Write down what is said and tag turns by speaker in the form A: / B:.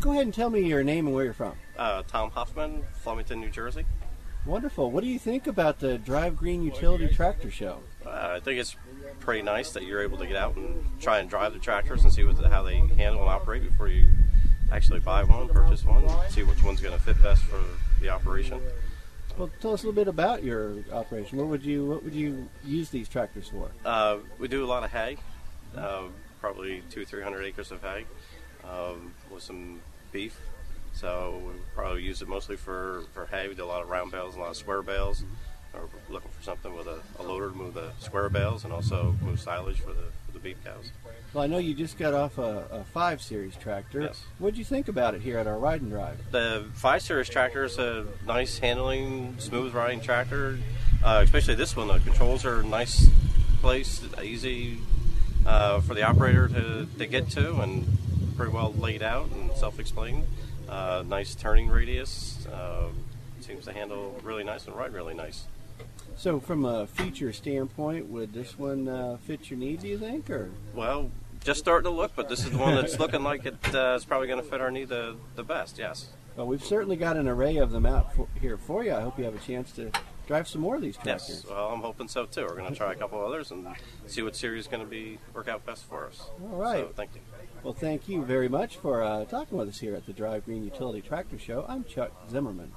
A: go ahead and tell me your name and where you're from.
B: Uh, Tom Hoffman, Flemington, New Jersey.
A: Wonderful. What do you think about the Drive Green Utility Tractor Show?
B: Uh, I think it's pretty nice that you're able to get out and try and drive the tractors and see what how they handle and operate before you actually buy one, purchase one, and see which one's going to fit best for the operation.
A: Well, tell us a little bit about your operation. What would you what would you use these tractors for?
B: Uh, we do a lot of hay, uh, probably two, three hundred acres of hay, um, with some beef. So we probably use it mostly for, for hay. We do a lot of round bales, and a lot of square bales. Or we're looking for something with a, a loader to move the square bales and also move silage for the for the beef cows.
A: Well, I know you just got off a, a five series tractor.
B: Yes.
A: What would you think about it here at our ride and drive?
B: The five series tractor is a nice handling, smooth riding tractor. Uh, especially this one, the controls are nice, place easy uh, for the operator to, to get to, and pretty well laid out and self-explained. Uh, nice turning radius. Uh, seems to handle really nice and ride really nice.
A: So, from a feature standpoint, would this one uh, fit your needs? Do you think, or
B: Well, just starting to look, but this is the one that's looking like it uh, is probably going to fit our need the, the best. Yes.
A: well, we've certainly got an array of them out for, here for you. I hope you have a chance to drive some more of these tractors.
B: Yes. Well, I'm hoping so too. We're going to try a couple others and see what series is going to be work out best for us.
A: All right.
B: So thank you.
A: Well, thank you very much for uh, talking with us here at the Drive Green Utility Tractor Show. I'm Chuck Zimmerman.